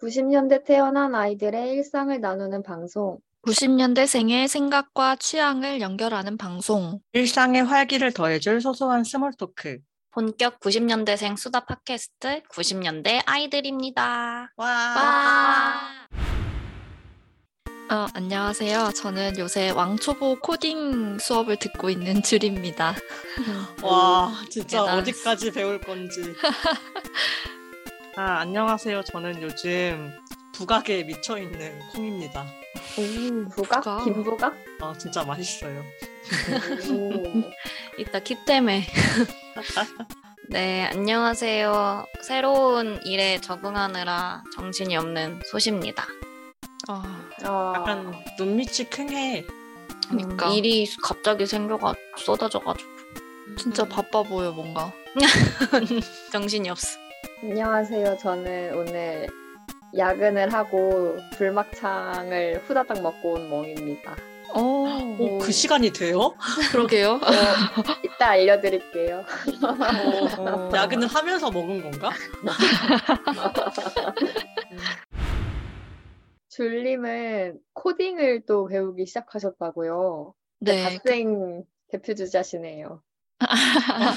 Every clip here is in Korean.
90년대 태어난 아이들의 일상을 나누는 방송. 90년대생의 생각과 취향을 연결하는 방송. 일상의 활기를 더해줄 소소한 스몰 토크. 본격 90년대생 수다 팟캐스트 90년대 아이들입니다. 와. 와. 어, 안녕하세요. 저는 요새 왕초보 코딩 수업을 듣고 있는 줄입니다. 와, 진짜 대단. 어디까지 배울 건지. 아, 안녕하세요. 저는 요즘 부각에 미쳐 있는 콩입니다. 오, 부각? 부각. 김부각? 아, 진짜 맛있어요. 오. 이따 킵땜에. 네, 안녕하세요. 새로운 일에 적응하느라 정신이 없는 소시입니다. 어, 아, 약간 눈밑이 킁해. 그러니까 음, 일이 갑자기 생겨가 쏟아져가지고 진짜 바빠 보여 뭔가. 정신이 없어. 안녕하세요. 저는 오늘 야근을 하고 불막창을 후다닥 먹고 온 멍입니다. 오, 오, 그 시간이 돼요? 그러게요. 어, 이따 알려드릴게요. 어, 야근을 하면서 먹은 건가? 줄님은 코딩을 또 배우기 시작하셨다고요. 그 네, 학생 대표 주자시네요. 아,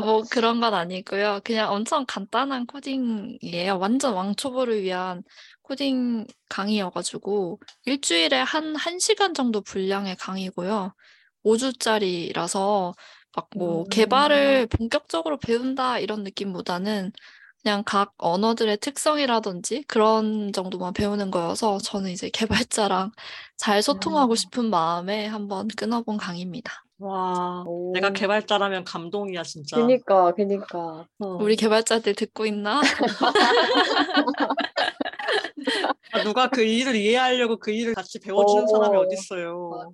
뭐 그런 건 아니고요. 그냥 엄청 간단한 코딩이에요. 완전 왕초보를 위한 코딩 강의여가지고 일주일에 한 1시간 정도 분량의 강의고요. 5주짜리라서 막 뭐 음. 개발을 본격적으로 배운다 이런 느낌보다는 그냥 각 언어들의 특성이라든지 그런 정도만 배우는 거여서 저는 이제 개발자랑 잘 소통하고 음. 싶은 마음에 한번 끊어본 강의입니다. 와. 오. 내가 개발자라면 감동이야, 진짜. 그니까, 그니까. 어. 우리 개발자들 듣고 있나? 아, 누가 그 일을 이해하려고 그 일을 같이 배워주는 어. 사람이 어딨어요. 맞아.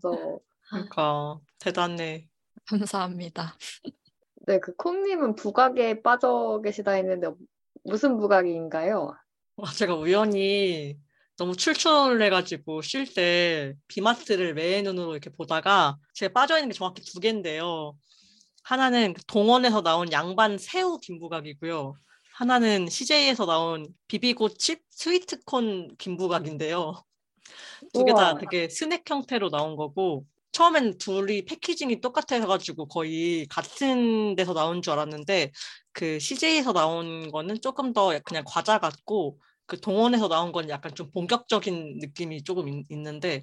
그러니까 대단해. 감사합니다. 네, 그 콩님은 부각에 빠져 계시다 했는데 무슨 부각인가요? 와, 제가 우연히 너무 출출을 해가지고 쉴 때 비마트를 매의 눈으로 이렇게 보다가 제가 빠져있는 게 정확히 두 개인데요. 하나는 그 동원에서 나온 양반 새우 김부각이고요. 하나는 CJ에서 나온 비비고칩 스위트콘 김부각인데요. 두 개 다 우와. 되게 스낵 형태로 나온 거고 처음엔 둘이 패키징이 똑같아가지고 거의 같은 데서 나온 줄 알았는데 그 CJ에서 나온 거는 조금 더 그냥 과자 같고 그 동원에서 나온 건 약간 좀 본격적인 느낌이 조금 있, 는데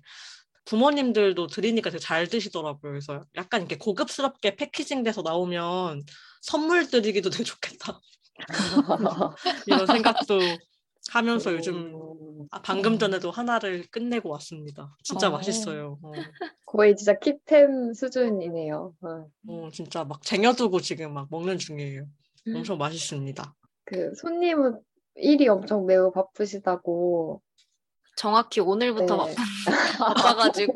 부모님들도 드리니까 되게 잘 드시더라고요. 그래서 약간 이렇게 고급스럽게 패키징돼서 나오면 선물 드리기도 되게 좋겠다 이런 생각도 하면서 요즘 아, 방금 음. 전에도 하나를 끝내고 왔습니다. 진짜 어. 맛있어요. 어, 거의 진짜 킵템 수준이네요. 어. 어, 진짜 막 쟁여두고 지금 막 먹는 중이에요. 엄청 맛있습니다. 그 손님은 일이 엄청 매우 바쁘시다고. 정확히 오늘부터 네. 막 바빠가지고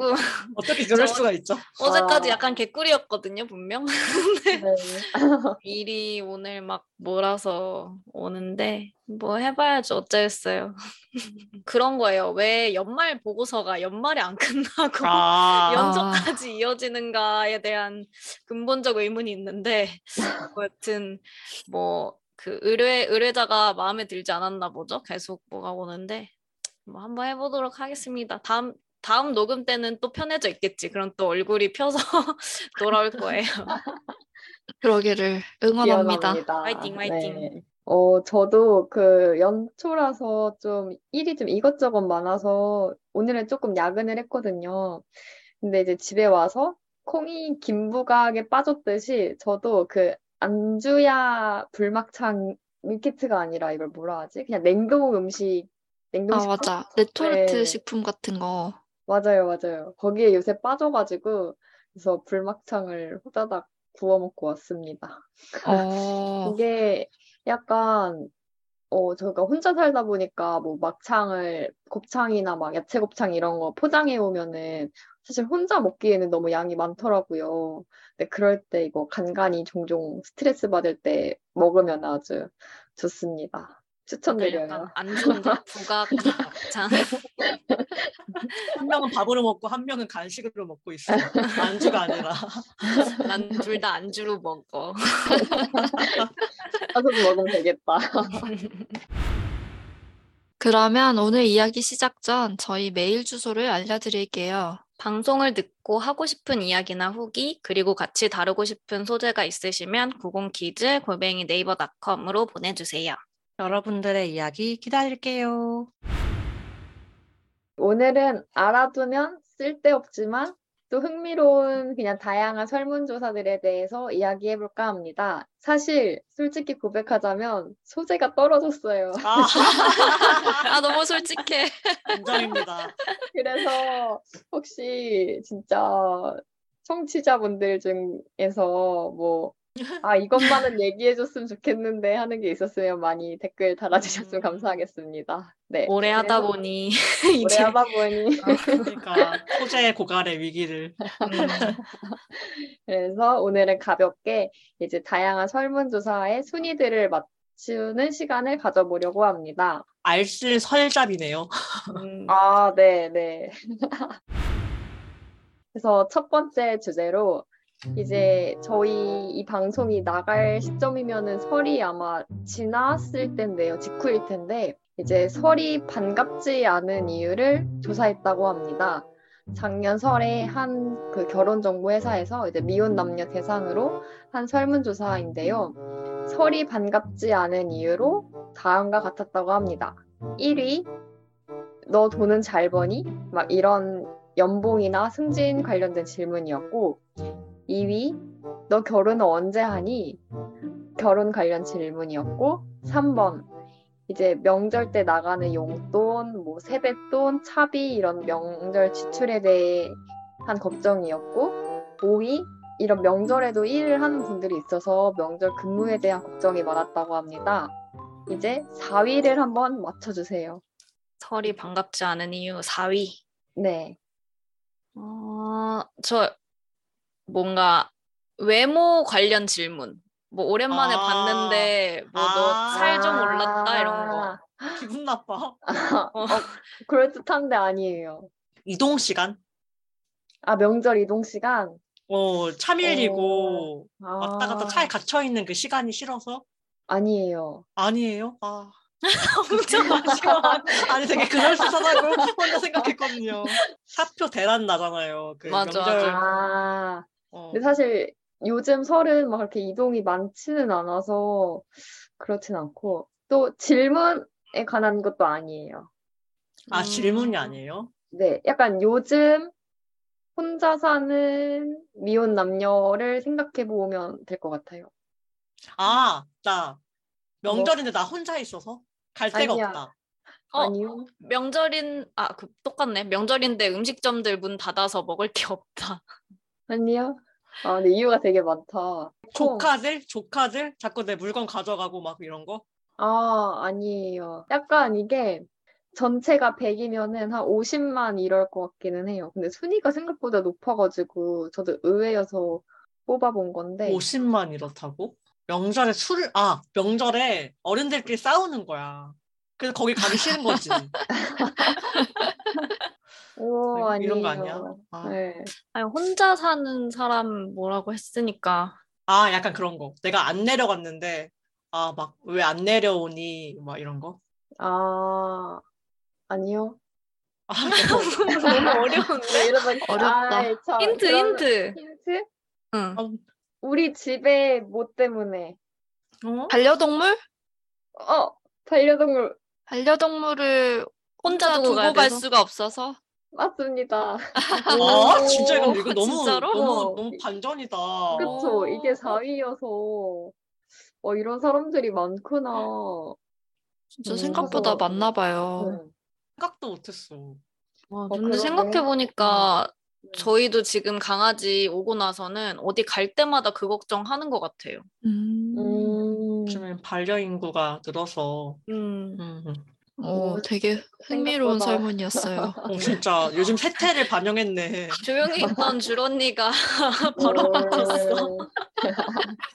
어떻게 그럴 저- 수가 있죠? 어제까지 아. 약간 개꿀이었거든요 분명. 네. 일이 오늘 막 몰아서 오는데 뭐 해봐야지 어쩌겠어요. 그런 거예요. 왜 연말 보고서가 연말에 안 끝나고 아, 연초까지 이어지는가에 대한 근본적 의문이 있는데 뭐 여튼 뭐 그 의뢰 의뢰자가 마음에 들지 않았나 보죠. 계속 뭐가 오는데 뭐 한번 해보도록 하겠습니다. 다음 다음 녹음 때는 또 편해져 있겠지. 그럼 또 얼굴이 펴서 돌아올 거예요. 그러기를 응원합니다. 기원합니다. 화이팅, 화이팅. 네. 어, 저도 그 연초라서 좀 일이 좀 이것저것 많아서 오늘은 조금 야근을 했거든요. 근데 이제 집에 와서 콩이 김부각에 빠졌듯이 저도 그 안주야 불막창 밀키트가 아니라 이걸 뭐라 하지? 그냥 냉동 음식, 냉동 아, 식품? 맞아. 레토르트 네. 식품 같은 거. 맞아요, 맞아요. 거기에 요새 빠져가지고 그래서 불막창을 후다닥 구워 먹고 왔습니다. 어, 이게 약간 어 저희가 혼자 살다 보니까 뭐 막창을 곱창이나 막 야채 곱창 이런 거 포장해 오면은 사실 혼자 먹기에는 너무 양이 많더라고요. 근데 그럴 때 이거 간간이 종종 스트레스 받을 때 먹으면 아주 좋습니다. 추천드려요. 약간 안 좋은데 부각 참 한 명은 밥으로 먹고 한 명은 간식으로 먹고 있어요. 안주가 아니라. 난 둘 다 안주로 먹어. 따서 먹으면 되겠다. 그러면 오늘 이야기 시작 전 저희 메일 주소를 알려드릴게요. 방송을 듣고 하고 싶은 이야기나 후기, 그리고 같이 다루고 싶은 소재가 있으시면 90키즈 골뱅이 네이버닷컴으로 보내주세요. 여러분들의 이야기 기다릴게요. 오늘은 알아두면 쓸데없지만 또 흥미로운 그냥 다양한 설문조사들에 대해서 이야기해볼까 합니다. 사실 솔직히 고백하자면 소재가 떨어졌어요. 아, 아, 너무 솔직해. 인정입니다. 그래서 혹시 진짜 청취자분들 중에서 뭐, 아, 이것만은 얘기해줬으면 좋겠는데 하는 게 있었으면 많이 댓글 달아주셨으면 음. 감사하겠습니다. 네. 오래 하다 그래서 보니 오래 이제 하다 보니. 그러니까 소재 고갈의 위기를. 음, 그래서 오늘은 가볍게 이제 다양한 설문조사의 순위들을 맞추는 시간을 가져보려고 합니다. 알쓸 설잡이네요. 음, 아, 네, 네. 그래서 첫 번째 주제로 이제 저희 이 방송이 나갈 시점이면은 설이 아마 지났을 텐데요. 직후일 텐데 이제 설이 반갑지 않은 이유를 조사했다고 합니다. 작년 설에 한 그 결혼 정보 회사에서 이제 미혼 남녀 대상으로 한 설문조사인데요. 설이 반갑지 않은 이유로 다음과 같았다고 합니다. 1위 너 돈은 잘 버니? 막 이런 연봉이나 승진 관련된 질문이었고 2위 너 결혼은 언제 하니? 결혼 관련 질문이었고 3번 이제 명절 때 나가는 용돈, 뭐 세뱃돈, 차비 이런 명절 지출에 대해 한 걱정이었고 5위 이런 명절에도 일을 하는 분들이 있어서 명절 근무에 대한 걱정이 많았다고 합니다. 이제 4위를 한번 맞춰주세요. 설이 반갑지 않은 이유 4위. 네. 어, 저 뭔가 외모 관련 질문. 뭐 오랜만에 아. 봤는데 뭐 너 아. 살 좀 올랐다 이런 거. 기분 나빠. 어, 그럴듯한데 아니에요. 이동 시간? 아, 명절 이동 시간? 어, 차 밀리고 아, 왔다 갔다 차에 갇혀 있는 그 시간이 싫어서? 아니에요. 아니에요. 아. 엄청 아쉬워. 아니 되게 그럴듯하다고 혼자 생각했거든요. 사표 대란 나잖아요. 그 맞아, 명절. 아, 어. 근데 사실 요즘 설은 막 그렇게 이동이 많지는 않아서 그렇진 않고 또 질문에 관한 것도 아니에요. 아 음. 질문이 아니에요? 네, 약간 요즘 혼자 사는 미혼 남녀를 생각해 보면 될 것 같아요. 아, 나 명절인데 나 혼자 있어서 갈 데가 아니야. 없다. 어. 아니요? 명절인 아, 그 똑같네. 명절인데 음식점들 문 닫아서 먹을 게 없다. 아니요? 아, 근데 이유가 되게 많다. 콩. 조카들, 조카들 자꾸 내 물건 가져가고 막 이런 거. 아, 아니에요. 약간 이게 전체가 100이면은 한 50만 이럴 것 같기는 해요. 근데 순위가 생각보다 높아가지고 저도 의외여서 뽑아본 건데. 50만 이렇다고? 명절에 술, 아, 명절에 어른들끼리 싸우는 거야. 그래서 거기 가기 싫은 거지. 오, 네, 이런 거 아니야? 아니에요. 아, 네. 아니, 혼자 사는 사람 뭐라고 했으니까. 아, 약간 그런 거. 내가 안 내려갔는데, 아, 막, 왜 안 내려오니? 막 이런 거. 아, 아니요. 아, 너무 네, 어려운데? 이러면, 어렵다. 아이, 참, 힌트, 그런- 힌트. 힌트? 응. 우리 집에 뭐 때문에? 어? 반려동물? 어, 반려동물 반려동물을 혼자 혼자 두고 두고 가야 갈 돼서? 수가 없어서 맞습니다. 아, 진짜 이거, 이거 너무, 진짜로? 너무, 너무 반전이다. 그쵸? 이게 어. 4위여서 어, 이런 사람들이 많구나. 어. 진짜 음, 생각보다 그래서- 많나 봐요. 네. 생각도 못했어. 와, 어, 아, 그러네. 근데 생각해보니까 네. 저희도 지금 강아지 오고 나서는 어디 갈 때마다 그 걱정하는 것 같아요. 음. 음, 요즘엔 반려인구가 늘어서. 음. 음, 음. 오, 되게 흥미로운 생각보다. 설문이었어요. 어, 진짜 요즘 세태를 반영했네. 조용히 있던 줄 언니가 바로 어, 바꿨어.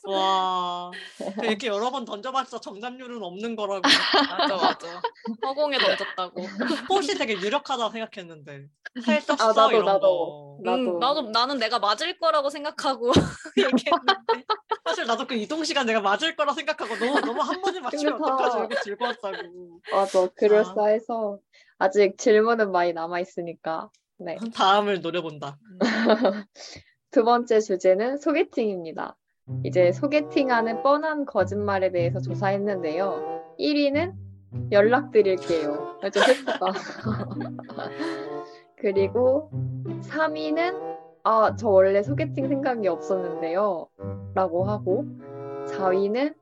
와 근데 이렇게 여러 번 던져봤자 정답률은 없는 거라고 맞아 맞아. 허공에 던졌다고. 스포시 되게 유력하다 생각했는데 살수 없어 아, 나도, 이런 나도. 거 나도. 음, 나도 나는 내가 맞을 거라고 생각하고 얘기했는데 사실 나도 그 이동 시간 내가 맞을 거라 생각하고 너무 너무 한 번에 맞추면 그러니까. 어떡하지 이렇게 즐거웠다고 맞아. 그럴싸해서 아직 질문은 많이 남아 있으니까. 네. 다음을 노려본다 두 번째 주제는 소개팅입니다. 이제 소개팅하는 뻔한 거짓말에 대해서 조사했는데요. 1위는 연락드릴게요. 아, 좀 슬프다. 그리고 3위는 아, 저 원래 소개팅 생각이 없었는데요. 라고 하고 4위는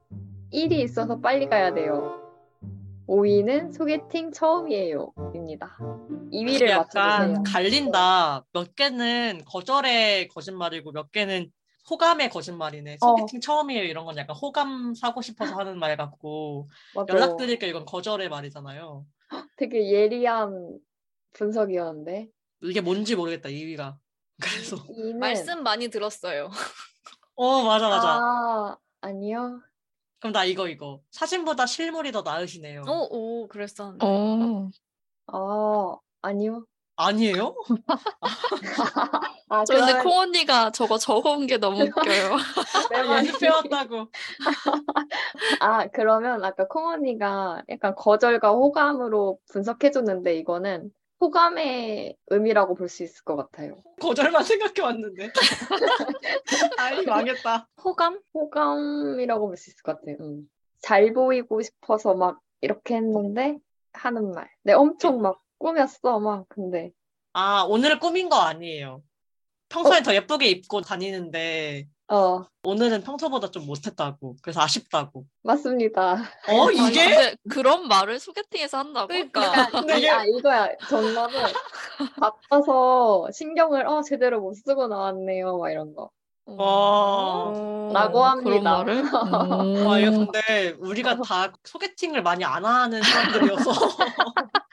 일이 있어서 빨리 가야 돼요. 5위는 소개팅 처음이에요. 입니다. 2위를 맞춰주세요. 약간 갈린다 몇 개는 거절의 거짓말이고 몇 개는 호감의 거짓말이네 어. 소개팅 처음이에요 이런 건 약간 호감 사고 싶어서 하는 말 같고 맞아. 연락드릴까 이건 거절의 말이잖아요 되게 예리한 분석이었는데 이게 뭔지 모르겠다 2위가 그래서 이는 말씀 많이 들었어요. 어 맞아 맞아 아 아니요 그럼 나 이거 이거 사진보다 실물이 더 나으시네요 어. 오오 그랬었는데. 어, 아 아니요 아니에요? 아 저 근데 그러면 콩 언니가 저거 적어온 게 너무 웃겨요. 내 네, 말이- 연습해 왔다고 아 그러면 아까 콩 언니가 약간 거절과 호감으로 분석해줬는데 이거는 호감의 의미라고 볼 수 있을 것 같아요 거절만 생각해 왔는데 아이 망했다 호감? 호감이라고 볼 수 있을 것 같아요 음. 잘 보이고 싶어서 막 이렇게 했는데 하는 말 내 엄청 막 꾸몄어 막 근데 아 오늘 꾸민 거 아니에요 평소에 더 예쁘게 입고 다니는데 어 오늘은 평소보다 좀 못했다고 그래서 아쉽다고 맞습니다 어 아니, 이게? 근데 그런 말을 소개팅에서 한다고? 그러니까 근데 아니, 이게- 아, 이거야. 정답은 바빠서 신경을 어, 제대로 못 쓰고 나왔네요. 막 이런 거. 어. 와, 어, 라고 그런 합니다. 말을? 음. 와 어, 이거 근데 우리가 다 소개팅을 많이 안 하는 사람들이어서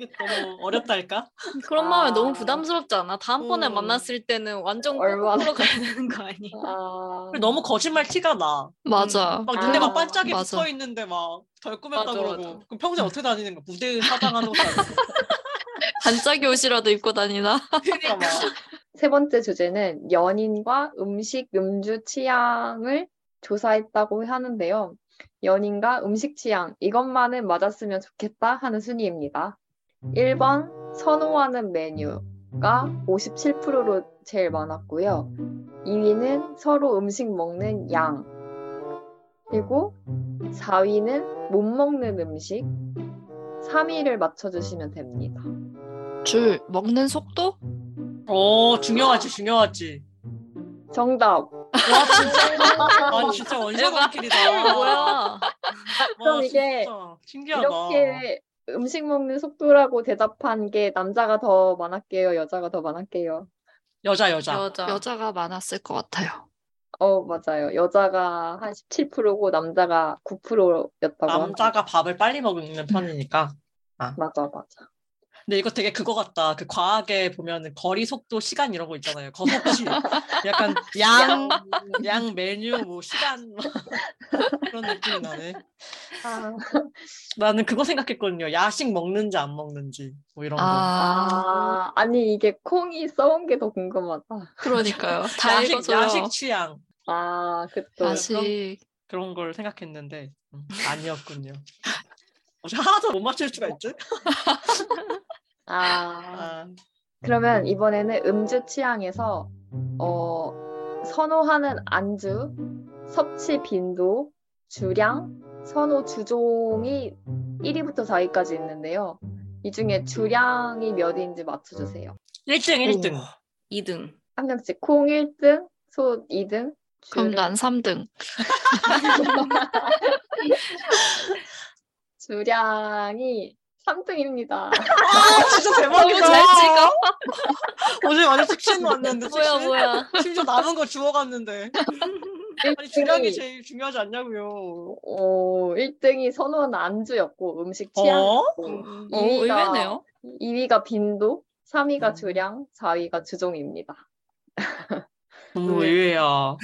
이게 너무 어렵달까? 그런 마음에 아. 너무 부담스럽지 않아? 다음번에 음. 만났을 때는 완전 얼마나- 꼬꾸로 가야 되는 거 아니야? 아, 그리고 너무 거짓말 티가 나. 맞아. 막 눈에 아, 음. 어, 막 반짝이 맞아. 붙어 있는데 막 덜 꾸몄다 맞아, 그러고 맞아. 그럼 평소에 어떻게 다니는 거야? 무대 사장하는 거 아. 반짝이 옷이라도 입고 다니나? 그러니까 막 세 번째 주제는 연인과 음식, 음주 취향을 조사했다고 하는데요. 연인과 음식 취향, 이것만은 맞았으면 좋겠다 하는 순위입니다. 1번, 선호하는 메뉴가 57%로 제일 많았고요. 2위는 서로 음식 먹는 양. 그리고 4위는 못 먹는 음식. 3위를 맞춰주시면 됩니다. 줄 먹는 속도? 어 중요하지 중요하지 정답! 와 진짜 어. 아 진짜 원샷원킬이다 어, 뭐야? 그럼 이게 신기하다 이렇게 음식 먹는 속도라고 대답한 게 남자가 더 많았게요, 여자가 더 많았게요. 여자 여자 여자. 여자가 많았을 것 같아요. 어, 맞아요. 여자가 한 17%고 남자가 9%였다고 남자가 밥을 빨리 먹는 편이니까 맞아, 맞아. 근데 이거 되게 그거 같다 그 과학에 보면은 거리 속도 시간 이런 거 있잖아요 거속시 약간 양 양 메뉴 뭐 시간 막 그런 느낌이 나네 아, 나는 그거 생각했거든요 야식 먹는지 안 먹는지 뭐 이런 거 아, 아, 아니 이게 콩이 써온 게 더 궁금하다. 그러니까요. 다 야식, 읽어줘요. 야식 취향 아, 그또 야식. 그런 걸 생각했는데 음, 아니었군요. 어떻게 하나도 못 맞출 수가 어. 있지? 아, 아, 그러면 이번에는 음주 취향에서 어, 선호하는 안주, 섭취 빈도, 주량, 선호 주종이 1위부터 4위까지 있는데요. 이 중에 주량이 몇인지 맞춰주세요. 1등 1등. 2등. 한 명씩 콩 1등, 소 2등, 그럼 주량- 난 3등. 주량이 3등입니다. 아 진짜 너무 잘 대박이다. 찍어. 오늘 완전 식신 왔는데 뭐야 식신? 뭐야? 심지어 남은 거 주워갔는데 아니 주량이 제일 중요하지 않냐고요. 어, 1등이 선호하는 안주였고 음식 어? 취향이었고 음. 어, 이위가- 의외네요. 2위가 빈도, 3위가 음. 주량, 4위가 주종입니다. 너무 네. 왜? 의외야.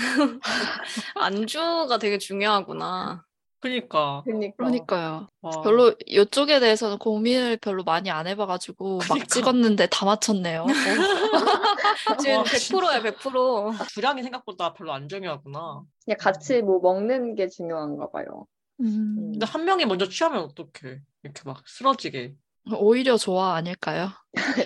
안주가 되게 중요하구나. 그니까. 그러니까. 그러니까요. 와. 별로 이쪽에 대해서는 고민을 별로 많이 안 해봐가지고 그러니까. 막 찍었는데 다 맞췄네요. 지금 어. 와, 100%야 100%. 주량이 생각보다 별로 안 중요하구나. 그냥 같이 뭐 먹는 게 중요한가 봐요. 음, 근데 한 명이 먼저 취하면 어떡해. 이렇게 막 쓰러지게. 오히려 좋아 아닐까요?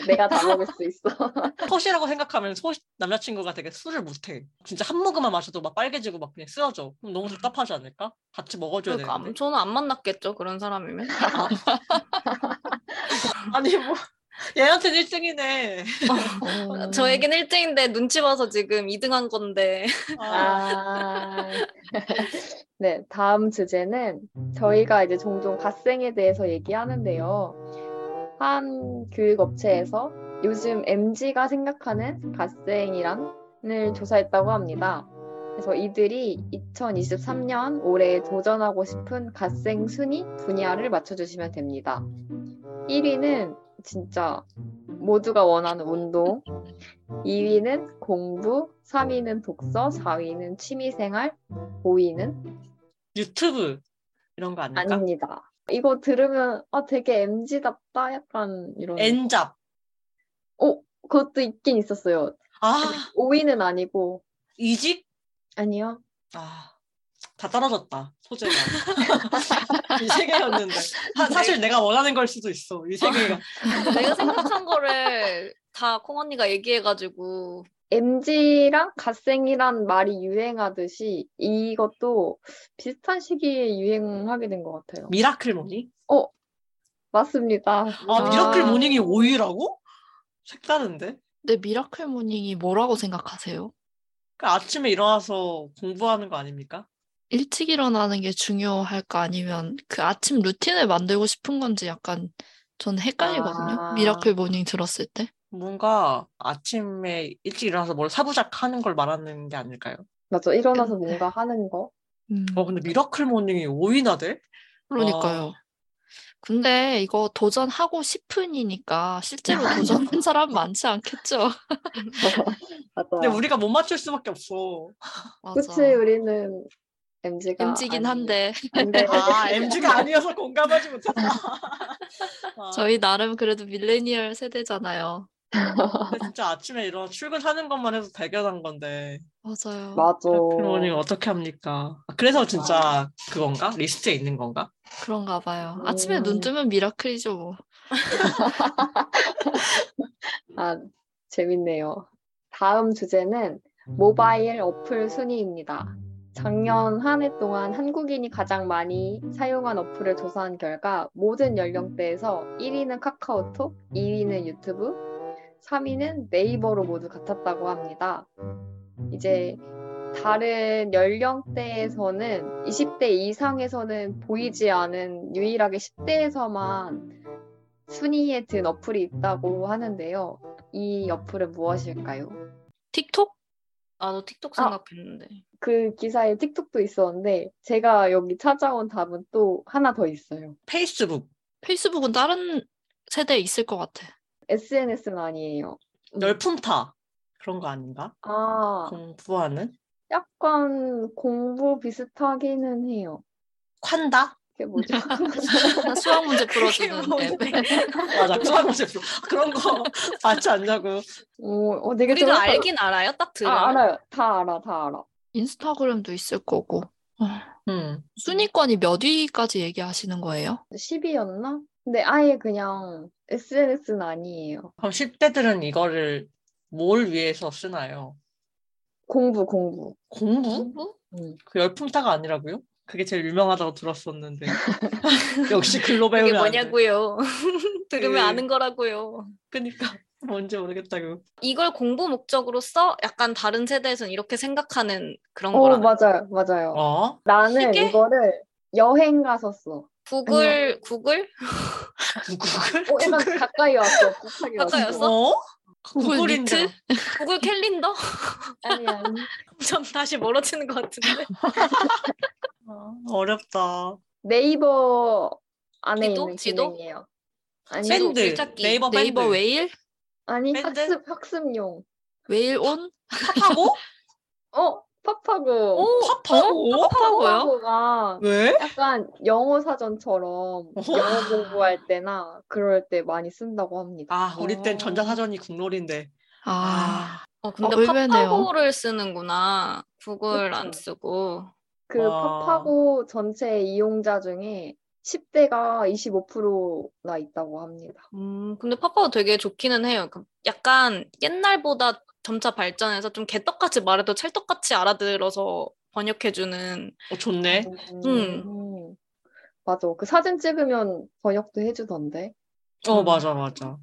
내가 다 먹을 수 있어. 컷이라고 생각하면 소 남자친구가 되게 술을 못해. 진짜 한 모금만 마셔도 막 빨개지고 막 그냥 쓰러져. 그럼 너무 답답하지 않을까? 같이 먹어줘야 그러니까 아무- 되는데. 저는 안 만났겠죠 그런 사람이면. 아니 뭐 얘한테는 1등이네. 어, 저에겐 1등인데 눈치 봐서 지금 2등한 건데. 아. 네, 다음 주제는 저희가 이제 종종 갓생에 대해서 얘기하는데요. 한 교육업체에서 요즘 MZ가 생각하는 갓생이란을 조사했다고 합니다. 그래서 이들이 2023년 올해 도전하고 싶은 갓생 순위 분야를 맞춰주시면 됩니다. 1위는 진짜 모두가 원하는 운동, 2위는 공부, 3위는 음. 독서, 4위는 취미생활, 5위는 유튜브 이런 거 아닐까? 아닙니다. 이거 들으면 아 되게 MZ답다 약간 이런 엔잡. 그것도 있긴 있었어요. 아 오이는 아니고 이직? 아니요. 아. 다 떨어졌다 소재가 이 세계였는데 사- 사실 내가 원하는 걸 수도 있어 이 세계가 내가 생각한 거를 다 콩 언니가 얘기해가지고 MZ랑 갓생이란 말이 유행하듯이 이것도 비슷한 시기에 유행하게 된 것 같아요. 미라클 모닝? 맞습니다. 아 미라클 아. 모닝이 5위라고? 색다른데? 근데 미라클 모닝이 뭐라고 생각하세요? 그 아침에 일어나서 공부하는 거 아닙니까? 일찍 일어나는 게 중요할까 아니면 그 아침 루틴을 만들고 싶은 건지 약간 전 헷갈리거든요. 아. 미라클 모닝 들었을 때. 뭔가 아침에 일찍 일어나서 뭘 사부작하는 걸 말하는 게 아닐까요? 맞죠. 일어나서 그- 뭔가 하는 거. 음, 어 근데 미라클 모닝이 5위나 돼? 그러니까요. 근데 이거 도전하고 싶은이니까 실제로 도전한 사람 많지 않겠죠? 맞아요. 근데 우리가 못 맞출 수밖에 없어. 맞아. 그치 우리는 MZ가 MZ긴 한데 근데 아 MG가 아니어서 공감하지 못했다. 아, 저희 나름 그래도 밀레니얼 세대잖아요. 근데 진짜 아침에 일어나 출근하는 것만 해도 대견한 건데 맞아요. 맞아. 미라클 모닝 어떻게 합니까? 아, 그래서 진짜 그건가? 리스트에 있는 건가? 그런가 봐요. 아침에 눈 음. 뜨면 미라클이죠, 뭐. 아, 재밌네요. 다음 주제는 모바일 어플 순위입니다. 작년 한 해 동안 한국인이 가장 많이 사용한 어플을 조사한 결과 모든 연령대에서 1위는 카카오톡, 2위는 유튜브, 3위는 네이버로 모두 같았다고 합니다. 이제 다른 연령대에서는 20대 이상에서는 보이지 않은 유일하게 10대에서만 순위에 든 어플이 있다고 하는데요. 음. 이 어플은 무엇일까요? 틱톡? 나도 틱톡 아. 생각했는데. 그 기사에 틱톡도 있었는데 제가 여기 찾아온 답은 또 하나 더 있어요. 페이스북 페이스북은 다른 세대에 있을 것 같아. SNS는 아니에요. 음. 열품타 그런 거 아닌가? 아, 공부하는 약간 공부 비슷하기는 해요. 칸다? 그게 뭐죠? 수학 문제 풀어주는 그게 뭐야. 앱. 맞아 수학 문제 풀 그런 거 많지 않냐고 오, 어, 되게 우리도 재밌어요. 알긴 알아요? 딱 들으면. 아, 알아요. 다 알아, 다 알아. 인스타그램도 있을 거고. 음. 순위권이 몇 위까지 얘기하시는 거예요? 10이었나? 근데 아예 그냥 SNS는 아니에요. 그럼 10대들은 이거를 뭘 위해서 쓰나요? 공부, 공부. 공부? 공부? 그 열품타가 아니라고요? 그게 제일 유명하다고 들었었는데 역시 글로 그게 배우면 안 돼. 뭐냐고요. 예, 들으면 그- 아는 거라고요. 그니까 뭔지 모르겠다고 이걸 공부 목적으로 써? 약간 다른 세대에서는 이렇게 생각하는 그런 오, 거라. 어, 맞아요, 맞아요. 어? 나는 이게? 이거를 여행 가서 써. 어, 구글 구글? 구글? 약간 가까이 왔어. 가까이 왔어. 가까이 왔어? 어? 구글 구글인데 미트? 구글 캘린더? 아니, 아니. 좀 다시 멀어지는 것 같은데. 어, 어렵다 네이버 안에 지도? 있는 지도? 기능이에요. 아니, 지도? 밴드 길찾기. 네이버 밴드 네이버 웨일? 아니 밴드? 학습 학습용. 웨일 온? 탑하고 어, 팝하고 오, 팝하고? 어? 팝하고요? 팝하고가 왜? 약간 영어 사전처럼 어. 영어 공부할 때나 그럴 때 많이 쓴다고 합니다. 아 우리 땐 어. 전자사전이 국룰인데. 아, 어, 근데 어, 의외네요. 팝하고를 쓰는구나. 구글 안 그쵸. 쓰고. 그 와. 팝하고 전체 이용자 중에 10대가 25%나 있다고 합니다. 음, 근데 팝하고 되게 좋기는 해요. 그 약간 옛날보다 점차 발전해서 좀 개떡같이 말해도 찰떡같이 알아들어서 번역해주는. 어 좋네. 음. 맞아. 그 사진 찍으면 번역도 해주던데. 어 음. 맞아 맞아.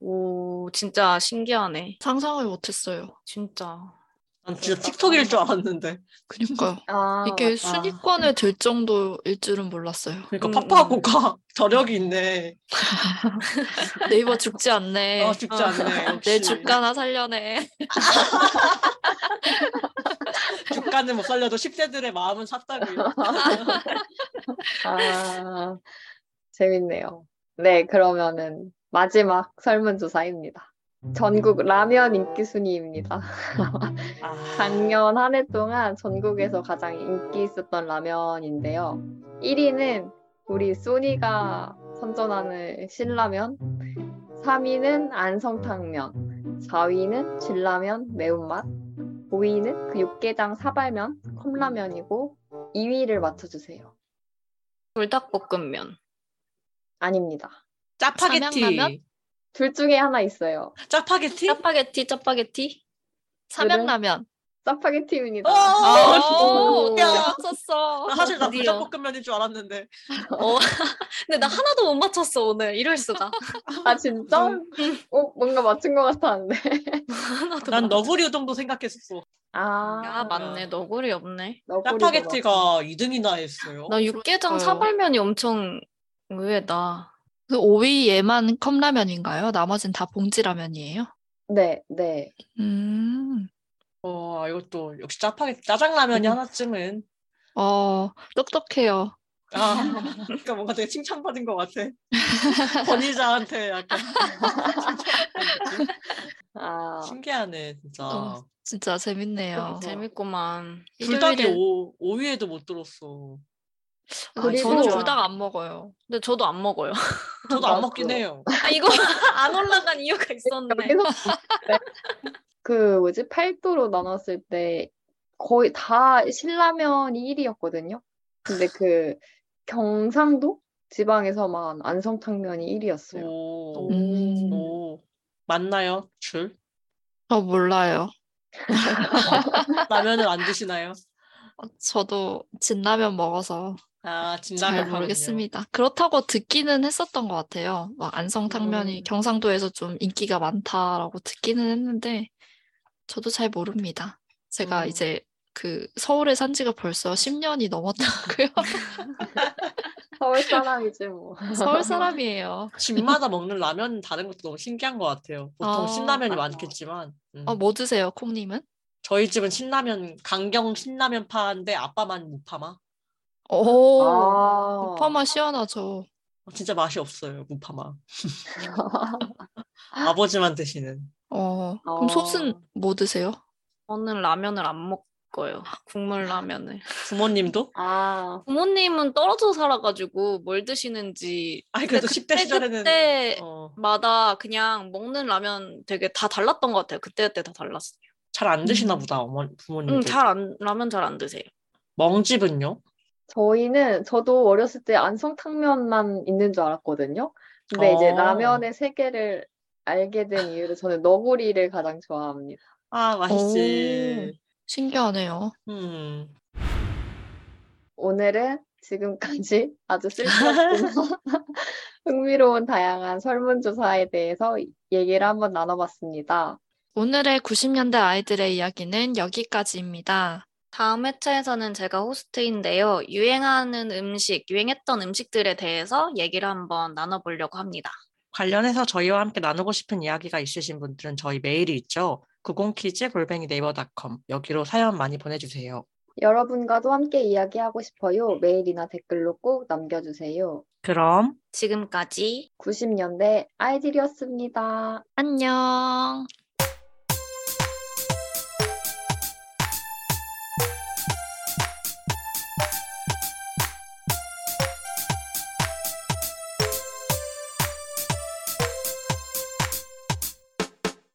오, 진짜 신기하네. 상상을 못했어요. 진짜. 난 진짜 틱톡일 줄 알았는데. 그러니까요. 아, 이게 맞다. 순위권에 들 정도일 줄은 몰랐어요. 그러니까 음, 파파고가 저력이 있네. 네이버 죽지 않네. 아 죽지 어. 않네. 역시. 내 주가나 살려내. 주가는 못 살려도 10대들의 마음은 샀다고요. 아, 재밌네요. 네, 그러면은 마지막 설문조사입니다. 전국 라면 인기 순위입니다. 아, 작년 한 해 동안 전국에서 가장 인기 있었던 라면인데요. 1위는 우리 소니가 선전하는 신라면, 3위는 안성탕면, 4위는 진라면 매운맛, 5위는 그 육개장 사발면, 컵라면이고 2위를 맞춰주세요. 불닭볶음면. 아닙니다. 짜파게티. 삼양라면? 둘 중에 하나 있어요. 짜파게티? 네? 짜파게티, 짜파게티. 삼양라면. 짜파게티입니다. 어! 아, 오, 오. 잘 맞췄어. 나 아, 사실 나 드디어. 불닭볶음면인 줄 알았는데. 어, 근데 나 하나도 못 맞췄어, 오늘. 이럴 수가. 아 진짜? 음. 어, 뭔가 맞춘 것 같았는데. 하나도 난 못 너구리 우동도 생각했었어. 아, 맞- 아, 맞네. 너구리 없네. 너구리도 짜파게티가 2등이나 했어요. 나 육개장 그러니까요. 사발면이 엄청 의외다. 그 5위 얘만 컵라면인가요? 나머진 다 봉지라면이에요? 맞- 네, 네. 음. 와 이것도 역시 짜파게티 짜장라면이 하나쯤은. 어, 똑똑해요. 아, 그러니까 뭔가 되게 칭찬받은 것 같아. 권위자한테 약간 아, 신기하네 진짜. 어, 진짜 재밌네요. 어. 재밌구만. 불닭이 일요일에- 오 5위에도 못 들었어. 아, 그리고- 저는 불닭 안 먹어요. 근데 저도 안 먹어요. 저도 나도. 안 먹긴 해요. 아, 이거 안 올라간 이유가 있었네. 여기서 네. 그 뭐지 팔도로 나눴을 때 거의 다 신라면이 1위였거든요. 근데 그 경상도 지방에서만 안성탕면이 1위였어요. 오, 음. 오. 맞나요? 줄? 저 몰라요. 라면을 안 드시나요? 어, 저도 진라면 먹어서 아, 진라면 잘 하군요. 모르겠습니다. 그렇다고 듣기는 했었던 것 같아요. 막 안성탕면이 음. 경상도에서 좀 인기가 많다라고 듣기는 했는데 저도 잘 모릅니다. 제가 음. 이제 그 서울에 산 지가 벌써 10년이 넘었다고요. 서울 사람이지 뭐. 서울 사람이에요. 집마다 먹는 라면 다른 것도 너무 신기한 것 같아요. 보통 어, 신라면이 맞아. 많겠지만 음. 어, 뭐 드세요, 콩님은? 저희 집은 신라면 강경 신라면 파인데 아빠만 무파마. 오, 그 아. 파마 시원하죠. 어, 진짜 맛이 없어요 무파마. 아버지만 드시는. 어, 어. 그럼 솥은 뭐 드세요? 저는 라면을 안 먹어요. 국물 라면을. 부모님도? 아, 부모님은 떨어져 살아가지고 뭘 드시는지 아니 그래도 근데 10대 시절에는 그때 어, 마다 그냥 먹는 라면 되게 다 달랐던 것 같아요. 그때 그때 다 달랐어요. 잘안 드시나 음. 보다 어머 부모님도. 음, 잘 안 라면 잘 안 드세요. 멍집은요? 저희는 저도 어렸을 때 안성탕면만 있는 줄 알았거든요. 근데 이제 어. 라면의 세계를 알게 된 이유로 저는 너구리를 가장 좋아합니다. 아 맛있지. 신기하네요. 음. 오늘은 지금까지 아주 쓸데없고 흥미로운 다양한 설문조사에 대해서 얘기를 한번 나눠봤습니다. 오늘의 90년대 아이들의 이야기는 여기까지입니다. 다음 회차에서는 제가 호스트인데요. 유행하는 음식, 유행했던 음식들에 대해서 얘기를 한번 나눠보려고 합니다. 관련해서 저희와 함께 나누고 싶은 이야기가 있으신 분들은 저희 메일이 있죠. 90키즈 골뱅이 네이버닷컴 여기로 사연 많이 보내주세요. 여러분과도 함께 이야기하고 싶어요. 메일이나 댓글로 꼭 남겨주세요. 그럼 지금까지 90년대 아이들이었습니다. 안녕.